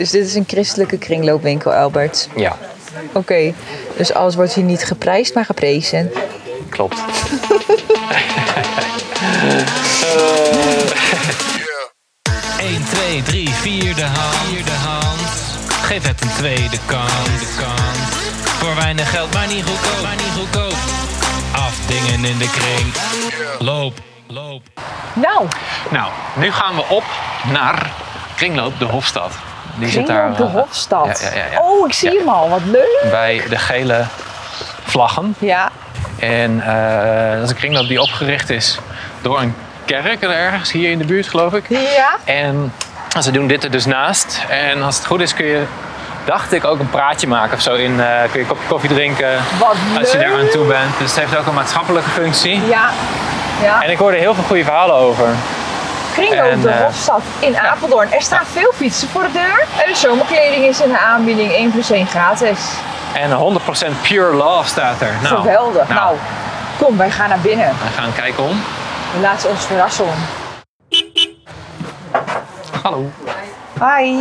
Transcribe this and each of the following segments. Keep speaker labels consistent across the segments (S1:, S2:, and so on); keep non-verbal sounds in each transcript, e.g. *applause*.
S1: Dus dit is een christelijke kringloopwinkel, Albert.
S2: Ja,
S1: Oké, dus alles wordt hier niet geprijsd, maar geprezen.
S2: klopt.
S3: Yeah.
S4: 1, 2, 3, 4 de hand. Vierde hand. Geef het een tweede kans. De kans. Voor weinig geld, maar niet goedkoop. Maar niet goedkoop. Afdingen in de kring. Loop, loop.
S1: Nou,
S2: *laughs* Nou, nu gaan we op naar Kringloop de Hofstad. Die
S1: kringloop de
S2: eh,
S1: Hofstad.
S2: ja, ja, ja, ja.
S1: Oh, ik zie
S2: Ja.
S1: hem al. Wat leuk.
S2: eh, Bij de gele vlaggen.
S1: Ja,
S2: En eh, dat is een kringloop die opgericht is door een kerk ergens hier in de buurt, geloof ik.
S1: ja.
S2: En ze doen dit er dus naast. En als het goed is kun je, dacht ik, ook een praatje maken of zo. In, eh, kun je een kopje koffie drinken
S1: Wat
S2: als je daar aan
S1: leuk.
S2: toe bent. Dus het heeft ook een maatschappelijke functie.
S1: Ja, ja.
S2: En ik hoorde heel veel goede verhalen over.
S1: Kringloop
S2: en,
S1: de
S2: eh,
S1: Hofstad in Apeldoorn. Er staan veel fietsen voor de deur. En de zomerkleding is in de aanbieding 1 plus 1 gratis.
S2: En 100% pure love staat er. Nou,
S1: Geweldig.
S2: Nou,
S1: Nou, kom, wij gaan naar binnen.
S2: we gaan kijken om.
S1: We laten ons verrassen.
S2: Hallo.
S1: Hi.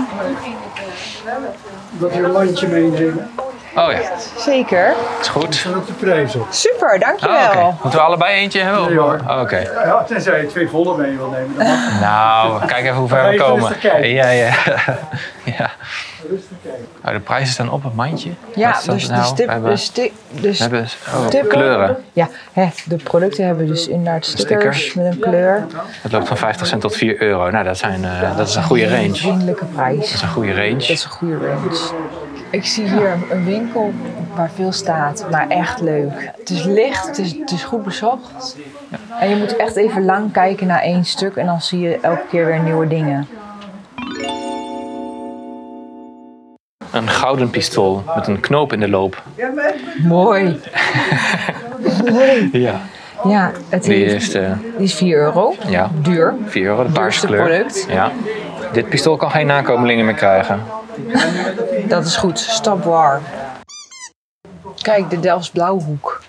S5: Dat je een landje meenemen.
S2: Oh ja,
S1: Zeker.
S2: is goed.
S5: En ook de prijs op.
S1: Super,
S2: Ah,
S1: dankjewel.
S2: oké. Moeten we allebei eentje hebben? of-
S5: Nee, hoor.
S2: Oké.
S5: Ja, tenzij je twee volle mee wil nemen. Dan mag
S2: Nou, kijk even hoe ver we
S5: Even
S2: komen.
S5: rustig kijken.
S2: Ja,
S5: *laughs*
S2: ja. ja.
S5: je rustig kijken.
S2: Oh, de prijzen staan op het mandje. Wat
S1: Ja,
S2: is dat
S1: dus de
S2: nou?
S1: stip,
S2: We hebben,
S1: de sti- de
S2: we hebben oh,
S1: stippen.
S2: kleuren.
S1: Ja, hè, de producten hebben dus inderdaad stickers
S2: Stickers.
S1: met een kleur.
S2: Het loopt van 50 cent tot 4 euro. Nou, dat, zijn, eh, dat is een goede range. Dat
S1: Vriendelijke prijs.
S2: is een goede
S1: Dat
S2: range.
S1: is een goede range. Ik zie hier een winkel waar veel staat, maar echt leuk. Het is licht, het is, het is goed bezocht. En je moet echt even lang kijken naar één stuk en dan zie je elke keer weer nieuwe dingen.
S2: Een gouden pistool met een knoop in de loop.
S1: Mooi.
S2: Ja.
S1: Ja, het
S2: Die
S1: is,
S2: heeft eh,
S1: die is 4 euro.
S2: ja,
S1: Duur.
S2: 4 euro, de
S1: Duurste
S2: paarse kleur.
S1: product.
S2: Ja. Dit pistool kan geen nakomelingen meer krijgen.
S1: Dat is goed. Stap waar. Kijk, de Delfts Blauwhoek.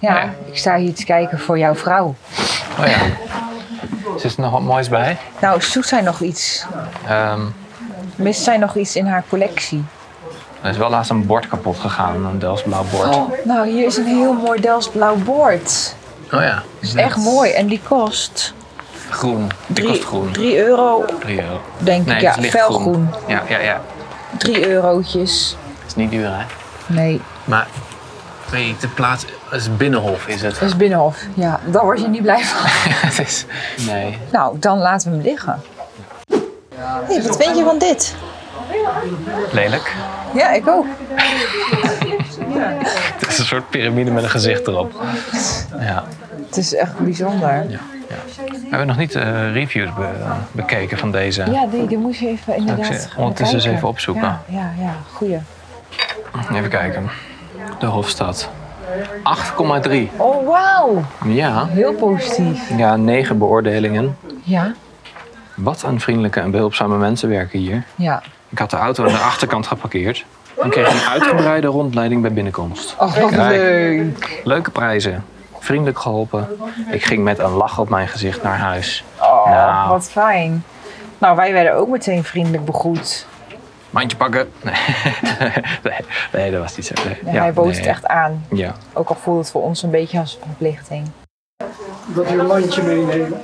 S1: Ja,
S2: Oh
S1: ik sta hier te kijken voor jouw vrouw.
S2: Oh ja. Zit er nog wat moois bij?
S1: Nou, zoekt zij nog iets?
S2: Ehm,
S1: Mist zij nog iets in haar collectie?
S2: er is wel laatst een bord kapot gegaan, een Delftsblauw bord. Oh,
S1: Nou, hier is een heel mooi Delfts Blauw bord.
S2: ja.
S1: Is echt mooi. En die kost
S2: Groen. Die kost groen.
S1: 3 euro,
S2: 3 euro.
S1: denk ik.
S2: Nee,
S1: Ja,
S2: het is lichtgroen.
S1: felgroen.
S2: Ja, ja, ja.
S1: 3 eurotjes.
S2: is niet duur, hè?
S1: Nee,
S2: Maar nee, de plaats is binnenhof, is het?
S1: dat is Binnenhof. Ja, daar word je niet blij van. *laughs*
S2: het is, nee.
S1: Nou, dan laten we hem liggen. hey, wat vind je van dit?
S2: Lelijk.
S1: Ja, ik ook.
S2: Het is een soort piramide met een gezicht erop. Ja.
S1: Het is echt bijzonder.
S2: We hebben nog niet de reviews be- bekeken van deze.
S1: Ja, die, die moet je even inderdaad.
S2: Ik zeg,
S1: gaan
S2: ondertussen eens
S1: kijken.
S2: even opzoeken.
S1: Ja, ja, ja goeie.
S2: Even kijken. De Hofstad. 8,3.
S1: Oh, wauw.
S2: Ja.
S1: Heel positief.
S2: Ja, 9 beoordelingen.
S1: Ja,
S2: Wat een vriendelijke en behulpzame mensen werken hier.
S1: ja.
S2: Ik had de auto aan de achterkant geparkeerd. En kreeg een uitgebreide rondleiding bij binnenkomst.
S1: Oh, wat
S2: Kijk.
S1: leuk.
S2: Leuke prijzen. Vriendelijk geholpen. Ik ging met een lach op mijn gezicht naar huis. nou,
S1: Oh, Wat fijn. Nou, wij werden ook meteen vriendelijk begroet.
S2: mandje pakken. *laughs* Nee, nee, nee, dat was niet zo. Nee.
S1: En hij bood
S2: nee.
S1: het echt aan.
S2: Ja.
S1: Ook al voelde het voor ons een beetje als een verplichting.
S5: Dat je een landje meenemen.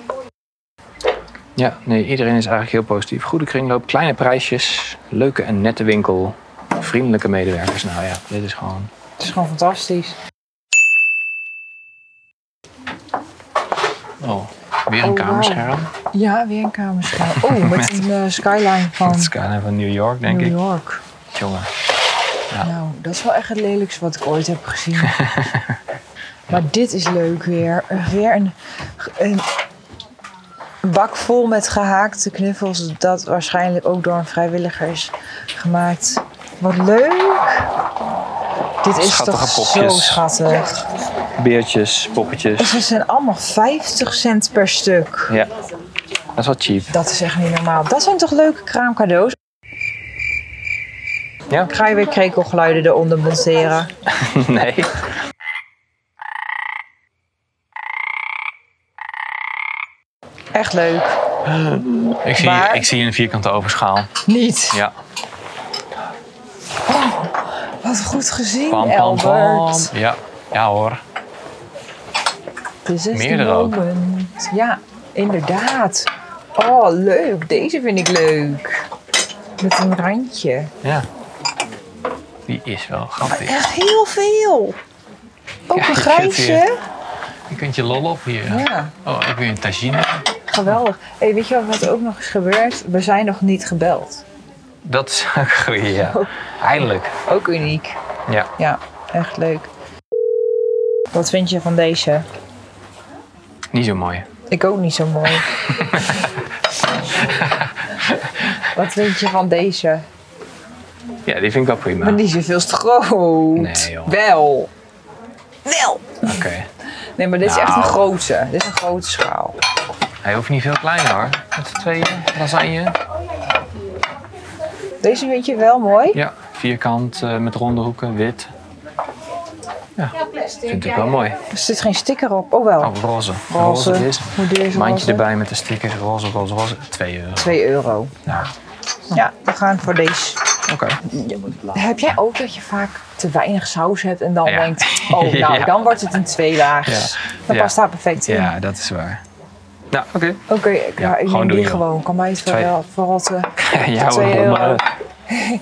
S2: ja, nee, iedereen is eigenlijk heel positief. Goede kringloop, kleine prijsjes, leuke en nette winkel, vriendelijke medewerkers. Nou ja, dit is gewoon
S1: Het is gewoon fantastisch.
S2: oh, weer een
S1: Oh, wauw.
S2: kamerscherm.
S1: Ja, weer een kamerschuil.
S2: *laughs*
S1: Oh, met een eh, skyline van
S2: Dat is Skyline van New York, denk
S1: New
S2: ik.
S1: York.
S2: Jongen,
S1: Nou, dat is wel echt het lelijkste wat ik ooit heb gezien.
S2: *laughs*
S1: maar dit is leuk weer. Weer een, een bak vol met gehaakte knuffels. Dat waarschijnlijk ook door een vrijwilliger is gemaakt. Wat leuk! Dit is
S2: Schattige
S1: toch zo
S2: popjes.
S1: schattig. Dus
S2: beertjes, poppetjes.
S1: Ze zijn allemaal 50 cent per stuk.
S2: Ja, dat is wel cheap.
S1: Dat is echt niet normaal. Dat zijn toch leuke kraamcadeaus?
S2: Ja.
S1: Ga je weer krekelgeluiden eronder monteren?
S2: *laughs* Nee.
S1: Echt leuk.
S2: Ik zie,
S1: Maar-
S2: ik zie een vierkante overschaal.
S1: Niet.
S2: Ja.
S1: Wat goed gezien,
S2: Pam, pam,
S1: Elbert.
S2: pam. Ja. ja hoor.
S1: Dit is
S2: Meerdere ook.
S1: moment. Ja, inderdaad. Oh, leuk. Deze vind ik leuk. Met een randje.
S2: Ja. Die is wel grappig.
S1: Echt heel veel. Ook
S2: Ja,
S1: een
S2: ik
S1: grijsje.
S2: vind Je kunt je lol op hier.
S1: Ja,
S2: Oh, ik wil een tagine.
S1: geweldig. Hey, weet je wat, wat ook nog is gebeurd? We zijn nog niet gebeld.
S2: Dat is ook goed, ja.
S1: *laughs*
S2: Eindelijk.
S1: Ook uniek.
S2: Ja.
S1: Ja, echt leuk. Wat vind je van deze?
S2: Niet zo mooi.
S1: Ik ook niet zo mooi.
S2: *laughs*
S1: wat vind je van deze?
S2: Ja, die vind ik wel prima.
S1: Maar niet zoveel is te groot.
S2: Nee, joh.
S1: Wel. Wel.
S2: Oké.
S1: Nee, maar dit is echt een
S2: Nou.
S1: grote. Dit is een grote schaal.
S2: Hij hoeft niet veel kleiner hoor. Met z'n tweeën, lasagne.
S1: Deze vind je wel mooi?
S2: Ja, vierkant eh, met ronde hoeken, wit. Ja, vind ik wel mooi.
S1: Er zit geen sticker op. Oh wel.
S2: Oh, roze.
S1: Roze.
S2: is.
S1: Hoe duur is een
S2: Mandje
S1: roze?
S2: erbij met de stickers, roze, roze, roze. 2 euro.
S1: 2 euro.
S2: Ja,
S1: Ja, we gaan voor deze.
S2: oké.
S1: Heb jij ook dat je vaak te weinig saus hebt en dan
S2: Ja.
S1: denkt, oh nou,
S2: *laughs* Ja.
S1: dan wordt het een tweelaags. Dan
S2: Ja.
S1: past daar perfect in.
S2: Ja, dat is waar. Nou, oké. *laughs*
S1: Oké, ik,
S2: Ja,
S1: ja, ik
S2: gewoon
S1: neem
S2: doen,
S1: die
S2: joh.
S1: gewoon. Kan mij het
S2: Twee.
S1: wel verrotten.
S2: ja,
S1: Twee
S2: hoor,
S1: euro.
S2: maar
S1: Hé,
S2: Twee.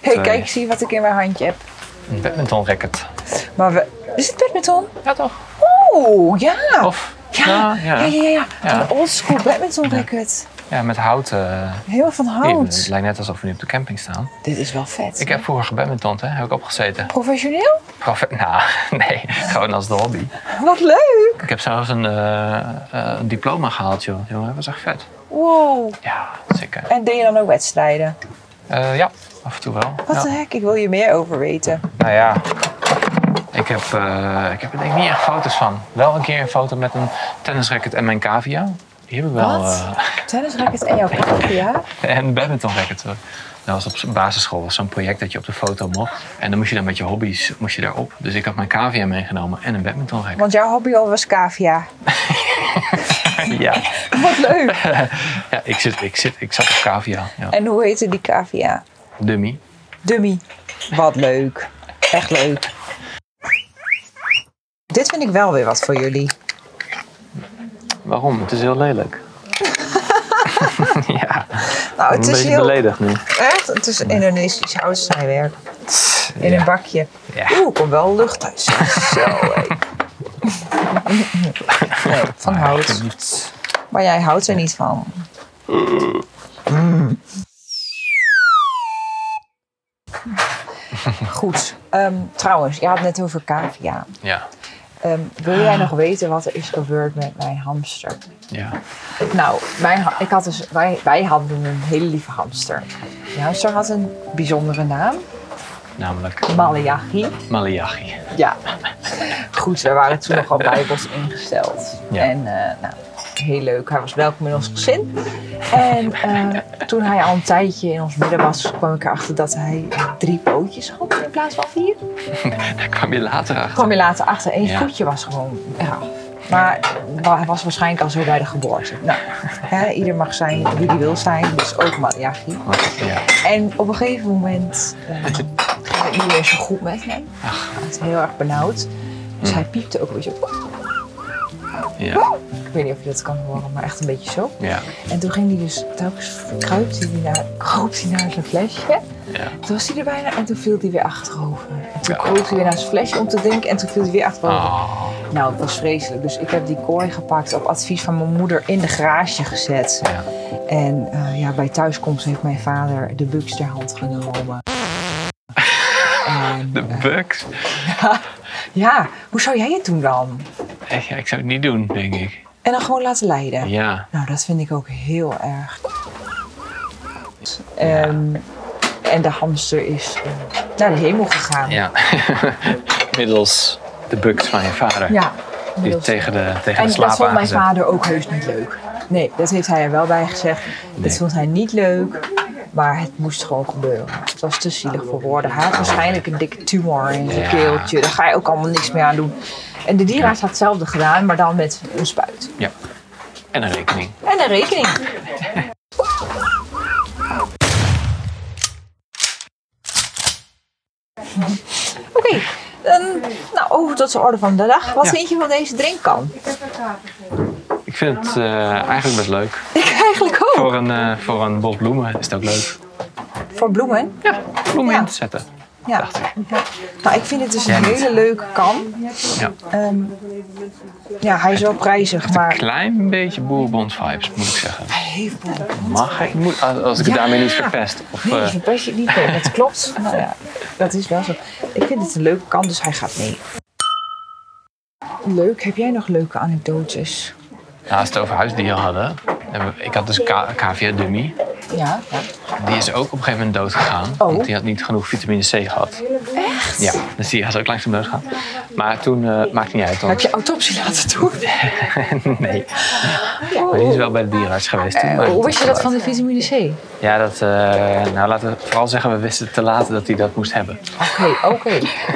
S1: *laughs* hey, kijk, zie wat ik in mijn handje heb.
S2: een badminton racket.
S1: Maar we... Is het badminton?
S2: Ja, toch?
S1: Oeh, ja.
S2: Of?
S1: ja.
S2: Nou,
S1: Ja, ja, ja.
S2: Ja.
S1: Een oldschool badminton racket.
S2: Ja, met hout. eh,
S1: Heel van
S2: hier,
S1: hout.
S2: het lijkt net alsof we nu op de camping staan.
S1: Dit is wel vet.
S2: Ik heb vroeger gebadminton, hè? Heb ik opgezeten.
S1: Professioneel?
S2: Prof *laughs* nou, nee, gewoon als de hobby.
S1: Wat leuk!
S2: Ik heb zelfs een, eh, eh, een diploma gehaald, joh. Jongen, dat was echt vet.
S1: Wow.
S2: Ja, zeker.
S1: En deed je dan ook wedstrijden?
S2: Eh, ja, af en toe wel.
S1: Wat eh?
S2: Ja.
S1: de heck? Ik wil hier meer over weten.
S2: Nou ja, ik heb, eh, ik heb er denk ik niet echt foto's van. Wel een keer een foto met een tennisracket en mijn cavia. Die hebben we wel.
S1: Wat?
S2: eh,
S1: Tennisracket en jouw kaartje, ja?
S2: *laughs* en badmintonracket. hoor. Dat was op z'n basisschool, was zo'n project dat je op de foto mocht. En dan moest je dan met je hobby's moest je daarop. Dus ik had mijn cavia meegenomen en een badmintonracket.
S1: Want jouw hobby al was cavia.
S2: Ja,
S1: Wat
S2: *laughs*
S1: leuk!
S2: ja ik, zit, ik, zit, ik zat op cavia. Ja.
S1: En hoe heette die cavia?
S2: Dummy.
S1: Dummy. Wat leuk. Echt leuk. Dit vind ik wel weer wat voor jullie.
S2: Waarom? Het is heel
S1: *laughs*
S2: lelijk. ja,
S1: Nou,
S2: een
S1: het is
S2: beetje
S1: heel
S2: beledigd nu.
S1: echt. Het is Indonesisch houtsnijwerk. In een
S2: Ja.
S1: bakje.
S2: Ja.
S1: Oeh, komt wel lucht uit. Zo, hé. Nee, van hout. Maar jij houdt er niet van. Mm. Goed. Ehm, trouwens, je had het net over cavia.
S2: Ja,
S1: Ehm, wil jij nog weten wat er is gebeurd met mijn hamster?
S2: ja.
S1: Nou, mijn, ha- ik had dus, wij, wij hadden een hele lieve hamster. Die hamster had een bijzondere naam.
S2: Namelijk
S1: Malayachi.
S2: Malayachi.
S1: Ja. Goed, we waren toen nogal bijbels ingesteld.
S2: Ja.
S1: En eh, nou, heel leuk. Hij was welkom in ons gezin. En eh, toen hij al een tijdje in ons midden was, kwam ik erachter dat hij drie pootjes had in plaats van vier.
S2: Daar kwam je later achter.
S1: kwam je later achter. Eén
S2: Ja.
S1: voetje was gewoon eraf. Maar wa- hij was waarschijnlijk al zo bij de geboorte. Nou, hè, ieder mag zijn wie die wil zijn, dus ook Malayachi.
S2: Oh. Ja.
S1: En op een gegeven moment eh, ging het niet meer zo goed met hem. Hij was heel erg benauwd.
S2: Hmm.
S1: Dus hij piepte ook een beetje. Oh,
S2: Ja.
S1: Ik weet niet of je dat kan horen, maar echt een beetje zo.
S2: Ja.
S1: En toen ging hij dus, telkens kruipt hij naar, kroop hij naar zijn flesje.
S2: Ja.
S1: Toen was hij er bijna en toen viel hij weer achterover. En toen kroop hij weer naar zijn flesje om te drinken en toen viel hij weer achterover.
S2: Oh,
S1: Nou, dat was vreselijk. Dus ik heb die kooi gepakt, op advies van mijn moeder in de garage gezet.
S2: Ja.
S1: En eh, ja, bij thuiskomst heeft mijn vader de buks ter hand genomen. En,
S2: de bugs.
S1: ja, hoe zou jij het doen dan?
S2: Eh, ja, ik zou het niet doen, denk ik.
S1: En dan gewoon laten leiden.
S2: Ja.
S1: Nou, dat vind ik ook heel erg. Ehm, en de hamster is eh, naar de hemel gegaan.
S2: Ja. *laughs* Middels de bugs van je vader.
S1: Ja,
S2: Die
S1: inmiddels.
S2: tegen de, tegen de
S1: En dat
S2: slaap
S1: vond mijn
S2: aangezet.
S1: vader ook heus niet leuk. Nee, dat heeft hij er wel bij gezegd.
S2: Nee.
S1: Dat vond hij niet leuk, maar het moest gewoon gebeuren. Het was te zielig voor woorden. Hij had waarschijnlijk een dikke tumor in zijn
S2: Oh. Ja.
S1: keeltje. Daar ga je ook allemaal niks meer aan doen. En de dierenarts had hetzelfde gedaan, maar dan met een spuit.
S2: Ja. En een rekening.
S1: En een rekening. Oké, dan, nou over tot de orde van de dag. Wat
S2: Ja.
S1: vind je van deze drinkkan?
S2: Ik vind het eh, eigenlijk best leuk.
S1: Ik eigenlijk ook.
S2: Voor een, eh, voor een bos bloemen is het ook leuk.
S1: Voor bloemen?
S2: Ja, bloemen
S1: Ja.
S2: in te zetten.
S1: Ja.
S2: Dacht ik.
S1: Ja. Nou, ik vind het dus
S2: Jij
S1: een
S2: niet.
S1: hele leuke kan.
S2: Ja.
S1: Ehm, ja, hij is wel prijzig, maar
S2: Klein beetje boerbond vibes, moet ik zeggen.
S1: hij heeft wel.
S2: Mag ik? Moet, als als ik het
S1: Ja.
S2: daarmee niet verpest. Of,
S1: Nee,
S2: eh,
S1: verpest je het niet mee. Dat klopt. *laughs* Nou ja, dat is wel zo. Ik vind het een leuke kan, dus hij gaat mee. Leuk. Heb jij nog leuke anekdotes?
S2: nou, als we het over huisdieren hadden. en we- Ik had dus een KVA-dummy.
S1: Ja.
S2: Die is ook op een gegeven moment dood gegaan.
S1: Oh.
S2: Want die had niet genoeg vitamine C gehad. Echt? Ja, dus die had ook langzaam dood gegaan. Maar toen, eh, maakt niet uit.
S1: Heb
S2: Want,
S1: je autopsie laten doen?
S2: nee,
S1: Oh.
S2: maar die is wel bij de dierenarts geweest. Toen, maar
S1: Eh, Hoe wist je dat
S2: was-
S1: van de vitamine C?
S2: Ja, dat, eh, nou laten we vooral zeggen, we wisten te laat dat hij dat moest hebben.
S1: Oké, oké.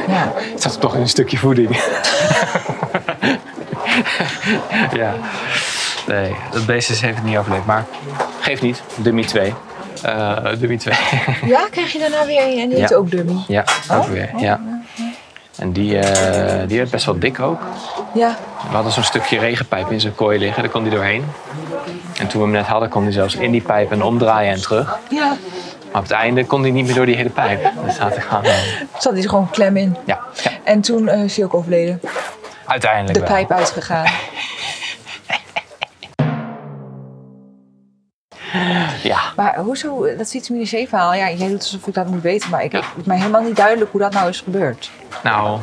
S1: Ja.
S2: Het zat toch in een stukje voeding. *laughs* ja. Nee, dat beest is- heeft het niet overleefd. Maar geeft niet, dummy 2. Eh dummy 2.
S1: ja, krijg je daarna weer een en die
S2: Ja.
S1: heet ook dummy.
S2: *laughs* ja, ook weer. Ja. En die, eh, die werd best wel dik ook.
S1: Ja.
S2: We hadden zo'n stukje regenpijp in zijn kooi liggen, daar kon hij doorheen. En toen we hem net hadden, kon hij zelfs in die pijp en omdraaien en terug.
S1: Ja.
S2: Maar op het einde kon hij niet meer door die hele pijp. Dus had hij gewoon. eh,
S1: Zat hij er gewoon klem in.
S2: Ja, ja,
S1: En toen eh, is hij ook overleden.
S2: uiteindelijk
S1: De
S2: wel.
S1: pijp uitgegaan.
S2: Ja.
S1: Maar hoezo, eh, dat vitamine C verhaal, ja, jij doet alsof ik dat moet weten, maar ik, het is mij helemaal niet duidelijk hoe dat nou is gebeurd.
S2: Nou,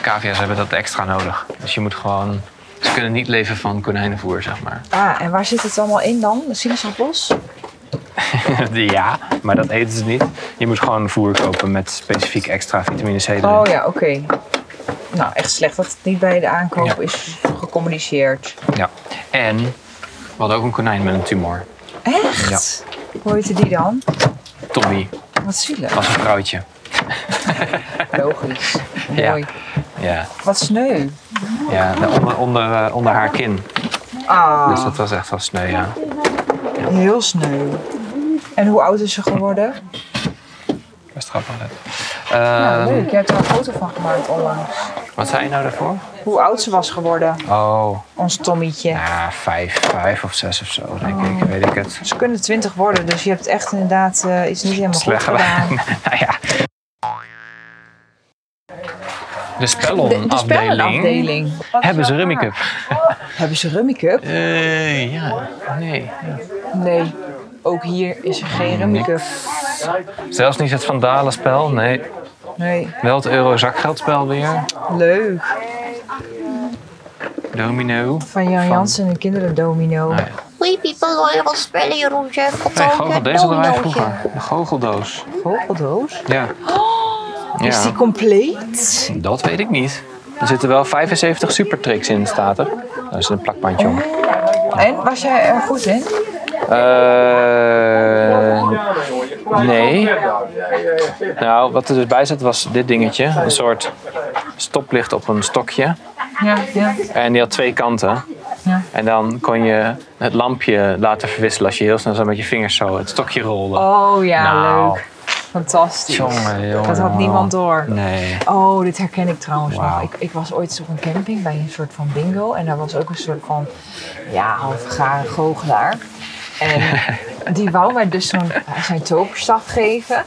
S2: cavia's hebben dat extra nodig. Dus je moet gewoon... Ze kunnen niet leven van konijnenvoer, zeg maar.
S1: Ah, en waar zit het allemaal in dan? De sinaasappels?
S2: *laughs* ja, maar dat eten ze niet. Je moet gewoon voer kopen met specifiek extra vitamine C erin.
S1: Oh ja, oké. Nou, echt slecht dat het niet bij de aankoop
S2: Ja.
S1: is gecommuniceerd.
S2: ja. En we hadden ook een konijn met een tumor.
S1: Echt? Hoe heette die dan?
S2: Tommy
S1: Wat
S2: *laughs*
S1: zielig.
S2: was een vrouwtje.
S1: Logisch.
S2: Ja.
S1: Mooi.
S2: Ja,
S1: Wat sneu.
S2: ja nou, onder, onder, eh, onder haar kin.
S1: Ah,
S2: Dus dat was echt wel sneu, ja.
S1: heel sneu. En hoe oud is ze geworden?
S2: Best grappig. hè?
S1: nou,
S2: Ehm,
S1: leuk. Je hebt er een foto van gemaakt onlangs.
S2: wat zei je nou daarvoor?
S1: Hoe oud ze was geworden,
S2: Oh,
S1: ons Tommietje.
S2: ja, vijf, vijf of zes of zo, denk ik. Weet ik het.
S1: Ze kunnen twintig worden, dus je hebt echt inderdaad eh, iets niet helemaal
S2: Slecht
S1: goed gedaan.
S2: gedaan. nou ja. De
S1: De, de
S2: spellenafdeling
S1: spellenafdeling.
S2: hebben ze rummikub.
S1: Hebben ze rummikub?
S2: Eh ja, nee.
S1: Nee, ook hier is er geen rummikub.
S2: Zelfs niet het vandalenspel, nee.
S1: Nee,
S2: Wel het euro zakgeldspel weer.
S1: leuk.
S2: Domino.
S1: Van Jan Jansen en kinderendomino.
S2: Nee.
S3: We people loyal spelen, Jeroentje.
S2: Nee,
S3: Kotoontje,
S2: goochel, deze hadden wij
S3: dominootje.
S2: vroeger. De goocheldoos.
S1: Vogeldoos.
S2: Ja.
S1: Oh, Is die
S2: ja.
S1: compleet?
S2: Dat weet ik niet. Er zitten wel 75 supertricks in, staat er. Daar is een plakbandje
S1: Oh.
S2: om.
S1: En, was jij er goed in?
S2: Eh nee. Nou, wat er dus bij zat was dit dingetje. Een soort stoplicht op een stokje.
S1: Ja, ja.
S2: En die had twee kanten.
S1: Ja.
S2: En dan kon je het lampje laten verwisselen als je heel snel zo met je vingers zo het stokje rolde.
S1: Oh ja,
S2: Nou.
S1: leuk. Fantastisch.
S2: Jongen, jongen,
S1: Dat had
S2: jongen.
S1: niemand door.
S2: Nee.
S1: Oh, dit herken ik trouwens
S2: Wauw.
S1: nog. Ik, ik was ooit op een camping bij een soort van bingo. En daar was ook een soort van, ja, halfgare goochelaar.
S2: *laughs*
S1: En die wou mij dus zo'n, zijn toverstaf geven.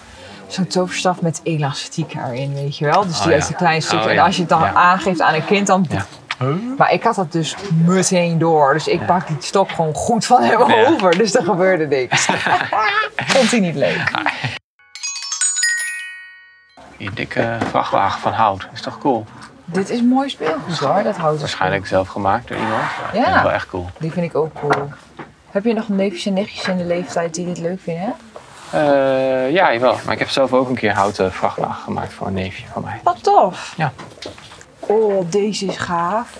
S1: Zo'n toverstaf met elastiek erin, weet je wel. Dus die
S2: Oh, ja.
S1: heeft een klein stukje.
S2: Oh,
S1: En
S2: ja.
S1: als je het dan
S2: Ja.
S1: aangeeft aan een kind, dan...
S2: Ja.
S1: Maar ik had dat dus meteen door. Dus ik pak die stok gewoon goed van hem
S2: Ja.
S1: over. Dus er gebeurde
S2: *laughs*
S1: niks. Vond hij niet leuk.
S2: Die dikke vrachtwagen van hout. Is toch cool?
S1: Dit is mooi speelgoed hoor, dat houdt dus
S2: Waarschijnlijk zelf gemaakt door iemand. Maar
S1: Ja.
S2: Ik vind het wel echt cool.
S1: Die vind ik ook cool. Heb je nog neefjes en nichtjes in de leeftijd die dit leuk vinden?
S2: Eh, ja, jawel. Maar ik heb zelf ook een keer houten vrachtwagen gemaakt voor een neefje van mij.
S1: Wat tof!
S2: Ja.
S1: Oh, deze is gaaf.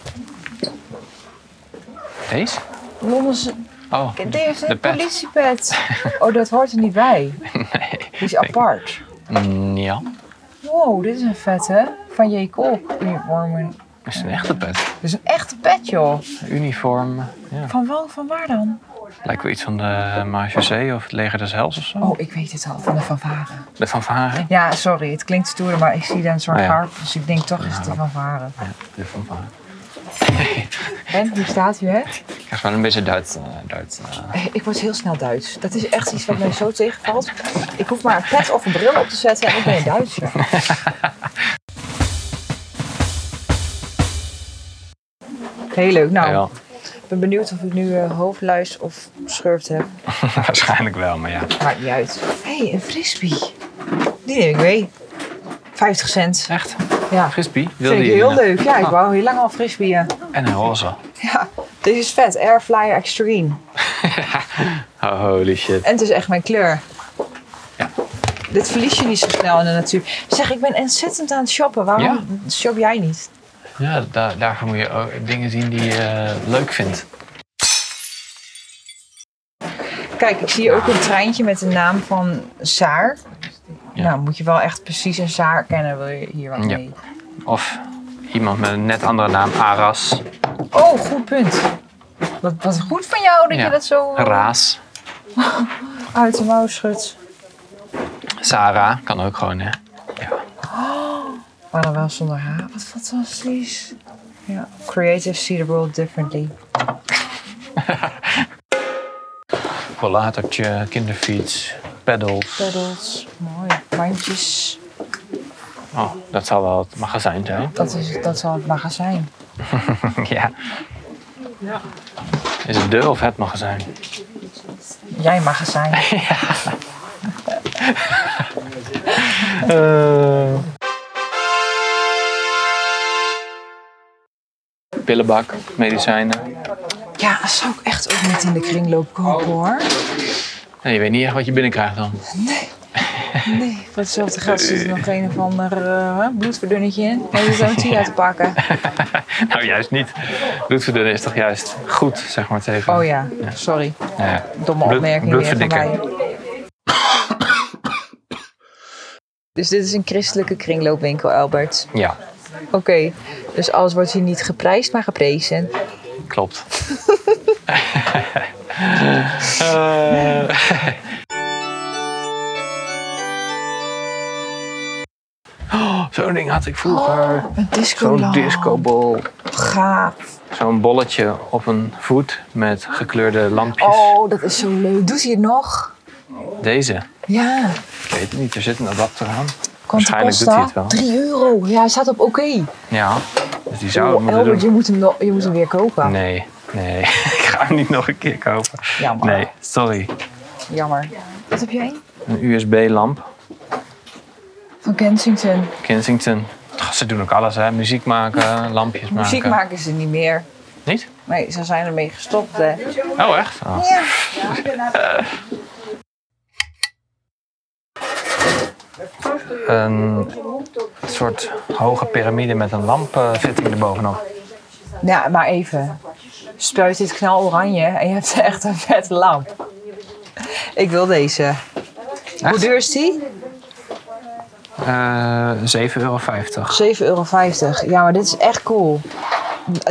S2: Deze?
S1: Londense,
S2: Oh,
S1: deze heeft
S2: de
S1: een
S2: pet.
S1: politiepet.
S2: *laughs*
S1: Oh, dat hoort er niet bij. Nee. Die is apart.
S2: Mm, ja.
S1: Wow, dit is een vette. Van Oh, J. Kolk uniformen.
S2: Dat is een echte pet.
S1: Dit is een echte pet, joh.
S2: Uniform. Ja.
S1: Van, wel, van waar dan?
S2: Lijkt wel iets van de Margezee of het leger des Hels of zo.
S1: Oh, ik weet het al, van de fanfare.
S2: De fanfare.
S1: Ja, sorry, het klinkt stoer, maar ik zie daar een soort
S2: Ah, ja.
S1: harp. Dus ik denk toch is het de fanfare.
S2: Ja, de fanfare.
S1: En, hoe staat u het?
S2: Ik krijg wel een beetje Duits. eh, Duits eh.
S1: Eh, Ik word heel snel Duits. Dat is echt iets wat mij zo tegenvalt. Ik hoef maar een pet of een bril op te zetten en ik ben een Duitser. Heel leuk. Nou,
S2: Ja,
S1: ik ben benieuwd of ik nu eh, hoofdluis of schurft heb.
S2: *laughs* waarschijnlijk wel, maar ja.
S1: Maakt niet uit. Hé, hey, een frisbee. Die neem ik mee. 50 cent.
S2: Echt?
S1: Ja.
S2: Frisbee? Wilde
S1: Vind ik
S2: je
S1: heel
S2: hier nou?
S1: leuk. Ja, ik wou heel lang al frisbeeën.
S2: En een roze.
S1: Ja, deze is vet. Airflyer Extreme.
S2: Oh, holy shit.
S1: En het is echt mijn kleur.
S2: Ja.
S1: Dit verlies je niet zo snel in de natuur. Zeg, ik ben ontzettend aan het shoppen. Waarom shop jij niet?
S2: Ja, daar, daarvoor moet je ook dingen zien die je eh, leuk vindt.
S1: Kijk, ik zie ook een treintje met de naam van Saar.
S2: Ja.
S1: Nou, moet je wel echt precies een Saar kennen, wil je hier wat
S2: Ja.
S1: mee.
S2: Of iemand met een net andere naam, Aras.
S1: Oh, goed punt. Wat, wat goed van jou dat
S2: Ja.
S1: je dat zo eh,
S2: Raas.
S1: uit de mouw schudt.
S2: Sarah kan ook gewoon, hè? Ja.
S1: Maar dan wel zonder haar. Wat fantastisch. Ja. Creatives see the world differently.
S2: Rollatertje, kinderfiets, pedals.
S1: Pedals, mooi. Bandjes.
S2: Oh, dat zal wel het magazijn zijn.
S1: Dat, is, dat zal het magazijn.
S2: *laughs* ja. Is het de of het magazijn?
S1: Jij magazijn.
S2: Eh. Pillenbak, medicijnen.
S1: Ja, dat zou ik echt ook niet in de kringloop kopen hoor.
S2: Nee, je weet niet echt wat je binnenkrijgt dan.
S1: Nee, voor hetzelfde geld zit er nog een of ander eh, bloedverdunnetje in. En je zo'n tien uit te pakken.
S2: *laughs* nou, juist niet. Bloedverdunnen is toch juist goed, zeg maar tegen.
S1: Oh ja, sorry.
S2: Ja.
S1: Domme
S2: Bloed-
S1: opmerking weer van mij.
S2: bloedverdikker.
S1: Dus dit is een christelijke kringloopwinkel, Albert.
S2: Ja,
S1: Oké, dus alles wordt hier niet geprijsd, maar geprezen.
S2: klopt. Eh, *laughs* Oh, Zo'n ding had ik vroeger.
S1: Een disco
S2: Zo'n discobol.
S1: Gaaf.
S2: Zo'n bolletje op een voet met gekleurde lampjes.
S1: Oh, dat is zo leuk. Doet hij het nog?
S2: Deze.
S1: Ja.
S2: Ik weet het niet, er zit een adapter aan.
S1: Quanta
S2: Waarschijnlijk doet hij het wel.
S1: 3 euro. Ja, hij staat op oké.
S2: Ja, dus die zou
S1: Oh,
S2: het moeten
S1: Elbert,
S2: doen.
S1: je moet, hem nog, je moet hem weer kopen.
S2: Nee, nee. *laughs* ik ga hem niet nog een keer kopen.
S1: Jammer.
S2: Nee, sorry.
S1: Jammer. Wat heb jij?
S2: Een USB-lamp.
S1: Van
S2: Nou,
S1: Kensington.
S2: Kensington. Toch, Ze doen ook alles, hè. Muziek maken, lampjes maken.
S1: Muziek maken ze niet meer.
S2: Niet?
S1: Nee, ze zijn ermee gestopt. Hè.
S2: Oh, echt? Oh.
S1: Ja.
S2: Een soort hoge piramide met een eh, lampfitting erbovenop.
S1: ja, maar even. Spuit dit knal oranje en je hebt echt een vette lamp. Ik wil deze. Hoe duur is die? 7,50
S2: Eh 7,50 euro.
S1: euro. Ja, maar dit is echt cool.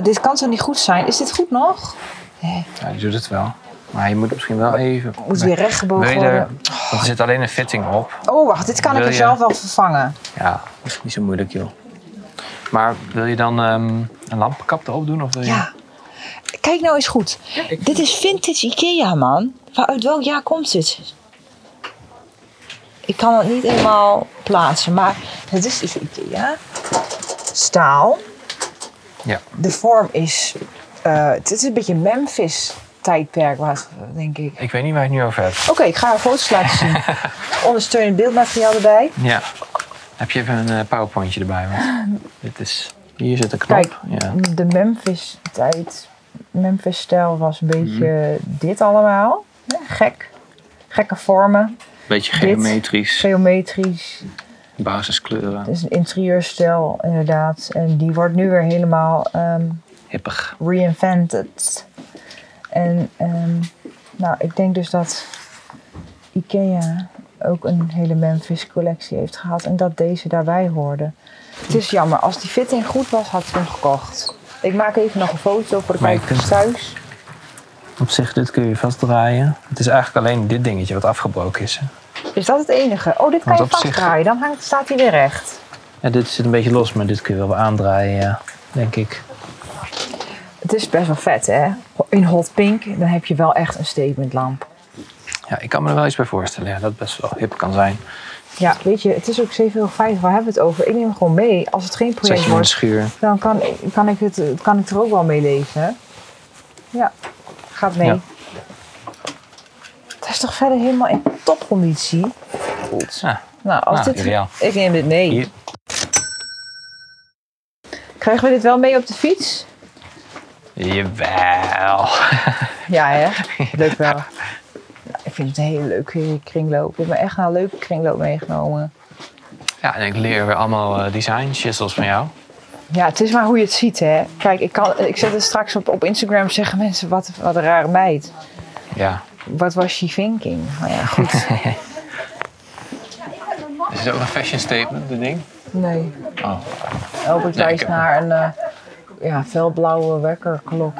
S1: Dit kan zo niet goed zijn. Is dit goed nog?
S2: Ja, die doet het wel. Maar je moet misschien wel even...
S1: Moet weer
S2: Wil
S1: rechtgebogen
S2: je er,
S1: worden.
S2: want er zit alleen een fitting op.
S1: Oh, wacht. Dit kan ik
S2: Wil
S1: er
S2: je-
S1: zelf wel vervangen.
S2: Ja, dat is niet zo moeilijk, joh. Maar wil je dan ehm, een lampenkap erop doen? Of wil je...
S1: Ja. Kijk nou eens goed. Dit is vintage Ikea, man. Waar- Uit welk jaar komt dit? Ik kan het niet helemaal plaatsen, maar het is dus Ikea. Staal.
S2: Ja.
S1: De vorm is... eh, het is een beetje Memphis-tijdperk, wat- denk ik.
S2: Ik weet niet waar je het nu over hebt.
S1: Oké, ik ga een foto's laten zien. Ondersteunend beeldmateriaal erbij.
S2: Ja. Heb je even een eh, powerpointje erbij? Want dit is... Hier zit een knop.
S1: Ah. Kijk.
S2: Ja.
S1: De Memphis-tijd, Memphis-stijl was een beetje dit allemaal. Ja, gek. Gekke vormen.
S2: Beetje
S1: geometrisch.
S2: geometrisch.
S1: geometrisch.
S2: Basiskleuren.
S1: Het is een interieurstijl inderdaad. En die wordt nu weer helemaal ehm,
S2: Hippig.
S1: reinvented. En ehm, nou, ik denk dus dat Ikea ook een hele Memphis collectie heeft gehad. En dat deze daarbij hoorde. Het is jammer. Als die fitting goed was, had ik hem gekocht. Ik maak even nog een foto voor de
S2: Maar je
S1: kijkers
S2: kunt-
S1: thuis.
S2: Op zich, dit kun je vastdraaien. Het is eigenlijk alleen dit dingetje wat afgebroken is. Hè?
S1: Is dat het enige? Oh, dit kan
S2: Want
S1: je
S2: op zich-
S1: vastdraaien. Dan hangt, staat hij weer recht.
S2: Ja, dit zit een beetje los, maar dit kun je wel aandraaien, ja, denk ik.
S1: Het is best wel vet, hè? In hot pink, dan heb je wel echt een statementlamp.
S2: Ja, ik kan me er wel iets bij voorstellen ja, dat het best wel hip kan zijn.
S1: Ja, weet je, het is ook 7,50 euro. Waar hebben we het over? Ik neem hem gewoon mee. Als het geen
S2: Zet je
S1: project
S2: hem in de
S1: wordt,
S2: schuur.
S1: dan kan ik, kan, ik het, kan ik er ook wel mee leven. Ja, gaat mee.
S2: Ja.
S1: Het is toch verder helemaal in topconditie? Goed.
S2: Ja,
S1: Nou, als
S2: Nou,
S1: dit...
S2: ideaal.
S1: Ik neem dit mee.
S2: Hier.
S1: Krijgen we dit wel mee op de fiets?
S2: Jawel.
S1: Ja, hè?
S2: *laughs*
S1: Leuk wel. Nou, ik vind het een hele leuke kringloop. Ik heb me echt naar een leuke kringloop meegenomen.
S2: Ja, en ik leer weer allemaal eh, design shizzles van jou.
S1: Ja, het is maar hoe je het ziet, hè. Kijk, ik, kan, ik zet het straks op, op Instagram zeggen mensen, wat, wat een rare meid.
S2: Ja.
S1: Wat was she thinking? Maar ja,
S2: *laughs*
S1: goed.
S2: Is het ook een fashion statement, dit ding?
S1: Nee.
S2: Oh.
S1: Elbert
S2: Nee, ik
S1: wijst
S2: heb-
S1: naar een eh, ja, felblauwe wekkerklok.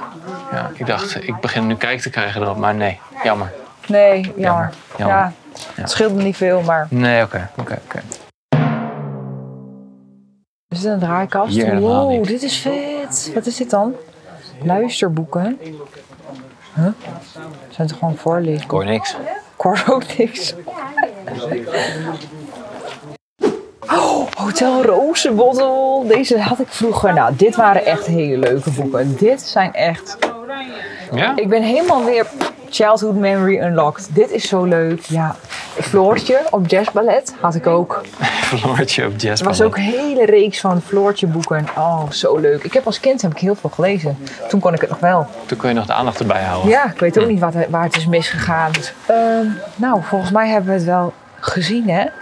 S2: Ja, ik dacht, ik begin nu kijk te krijgen erop, maar nee. Jammer.
S1: Nee, jammer.
S2: jammer.
S1: Ja, het scheelt me niet veel, maar...
S2: Nee, oké. oké, oké.
S1: Is dit een draaikast?
S2: Hier helemaal
S1: wow,
S2: niet.
S1: dit is vet. Wat is dit dan? Luisterboeken. Huh? Zijn het gewoon voorlezen?
S2: Ik hoor niks.
S1: Ik hoor ook niks. Oh, Hotel Rozenbottel. Deze had ik vroeger. Nou, dit waren echt hele leuke boeken. Dit zijn echt...
S2: Ja?
S1: Ik ben helemaal weer childhood memory unlocked. Dit is zo leuk. Ja. Floortje op jazzballet had ik ook.
S2: Verloortje op jazz.
S1: Er was ook een hele reeks van Floortje boeken. Oh, zo leuk. Ik heb als kind heb ik heel veel gelezen. Toen kon ik het nog wel.
S2: Toen kon je nog de aandacht erbij houden.
S1: Ja, ik weet ook niet wat, waar het is misgegaan. Ehm, nou, volgens mij hebben we het wel gezien, hè? Oké,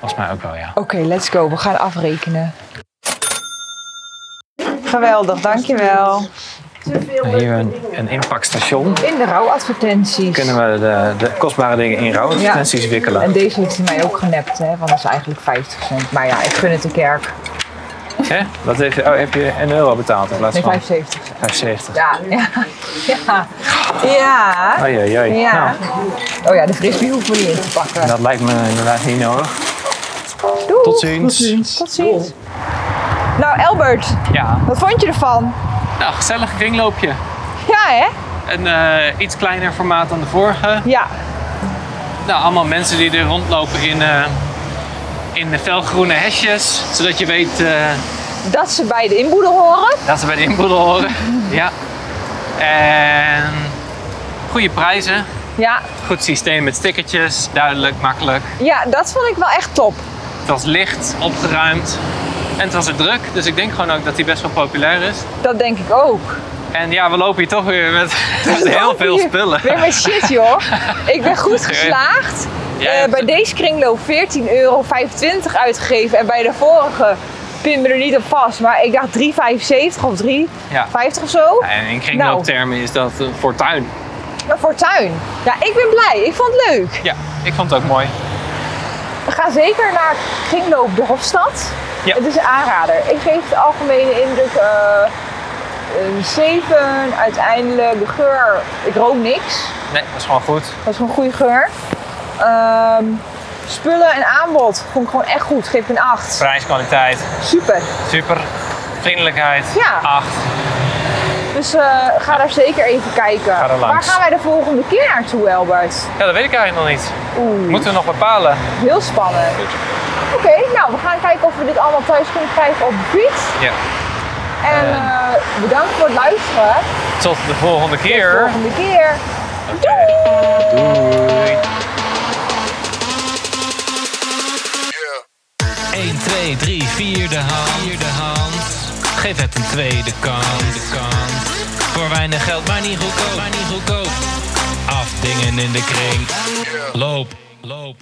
S2: Volgens mij ook wel, ja.
S1: let's go. We gaan afrekenen. Geweldig, dankjewel.
S2: Nou, Hier een, een inpakstation.
S1: In de rouwadvertenties.
S2: Kunnen we de, de kostbare dingen in rouwadvertenties wikkelen.
S1: En deze heeft hij mij ook genept, hè? Want dat is eigenlijk 50 cent. Maar ja, ik gun het de kerk.
S2: Hè? Wat heeft, oh, heb je een euro betaald in plaats
S1: Nee,
S2: van
S1: 75 cent.
S2: 75?
S1: Ja, ja, ja. Ja.
S2: Oei, oei, oei.
S1: Ja.
S2: Nou,
S1: Oh ja, de frisbee hoeven we niet in te pakken.
S2: dat lijkt me inderdaad niet nodig.
S1: Doeg.
S2: Tot ziens.
S1: Tot ziens. Nou, Albert,
S2: Ja.
S1: wat vond je ervan?
S2: Nou, gezellig kringloopje.
S1: Ja, hè?
S2: Een eh, iets kleiner formaat dan de vorige.
S1: Ja.
S2: Nou, allemaal mensen die er rondlopen in, eh in de felgroene hesjes. Zodat je weet eh,
S1: Dat ze bij de inboedel horen.
S2: dat ze bij de inboedel horen. *laughs* ja. En goede prijzen.
S1: Ja.
S2: Goed systeem met stickertjes. Duidelijk, makkelijk.
S1: ja, dat vond ik wel echt top.
S2: Het was licht, opgeruimd. En het was er druk. Dus ik denk gewoon ook dat hij best wel populair is.
S1: Dat denk ik ook.
S2: En ja, we lopen hier toch
S1: *laughs*
S2: weer met, met heel
S1: Lopen
S2: veel
S1: hier
S2: spullen.
S1: Weer met shit, joh. Ik ben
S2: *laughs*
S1: goed geslaagd.
S2: Ja,
S1: Eh,
S2: ja.
S1: bij deze kringloop 14,25 euro uitgegeven. En bij de vorige pin me er niet op vast. Maar ik dacht 3,75 of 3,50
S2: Ja.
S1: of zo.
S2: En in
S1: Nou.
S2: kringlooptermen is dat eh, een fortuin.
S1: Een fortuin. Ja, ik ben blij. Ik vond het leuk.
S2: Ja, ik vond het ook mooi.
S1: Ga zeker naar Kringloop de Hofstad.
S2: Ja.
S1: Het is een aanrader. Ik geef de algemene indruk eh, een 7. Uiteindelijk de geur. Ik rook niks.
S2: Nee, dat is gewoon goed.
S1: Dat is een goede geur. Ehm, spullen en aanbod vond ik gewoon echt goed. Geef ik een 8.
S2: Prijskwaliteit,
S1: Super.
S2: super. Vriendelijkheid,
S1: Ja.
S2: 8.
S1: Dus eh, ga daar zeker even kijken.
S2: Ga er langs.
S1: Waar gaan wij de volgende keer naartoe, Elbert?
S2: Ja, dat weet ik eigenlijk nog niet.
S1: Oeh,
S2: Moeten we nog bepalen.
S1: heel spannend. Oké, nou we gaan kijken of we dit allemaal thuis kunnen krijgen op de fiets.
S2: Ja.
S1: En eh, bedankt voor het luisteren.
S2: Tot de volgende keer.
S1: Volgende keer. Doei!
S2: Doei.
S4: 1, 2, 3, 4 de hand. Vierde hand. Geef het een tweede kans. kans. Voor weinig geld, maar niet goedkoop. Maar niet goedkoop. Afdingen in de kring. Loop, loop.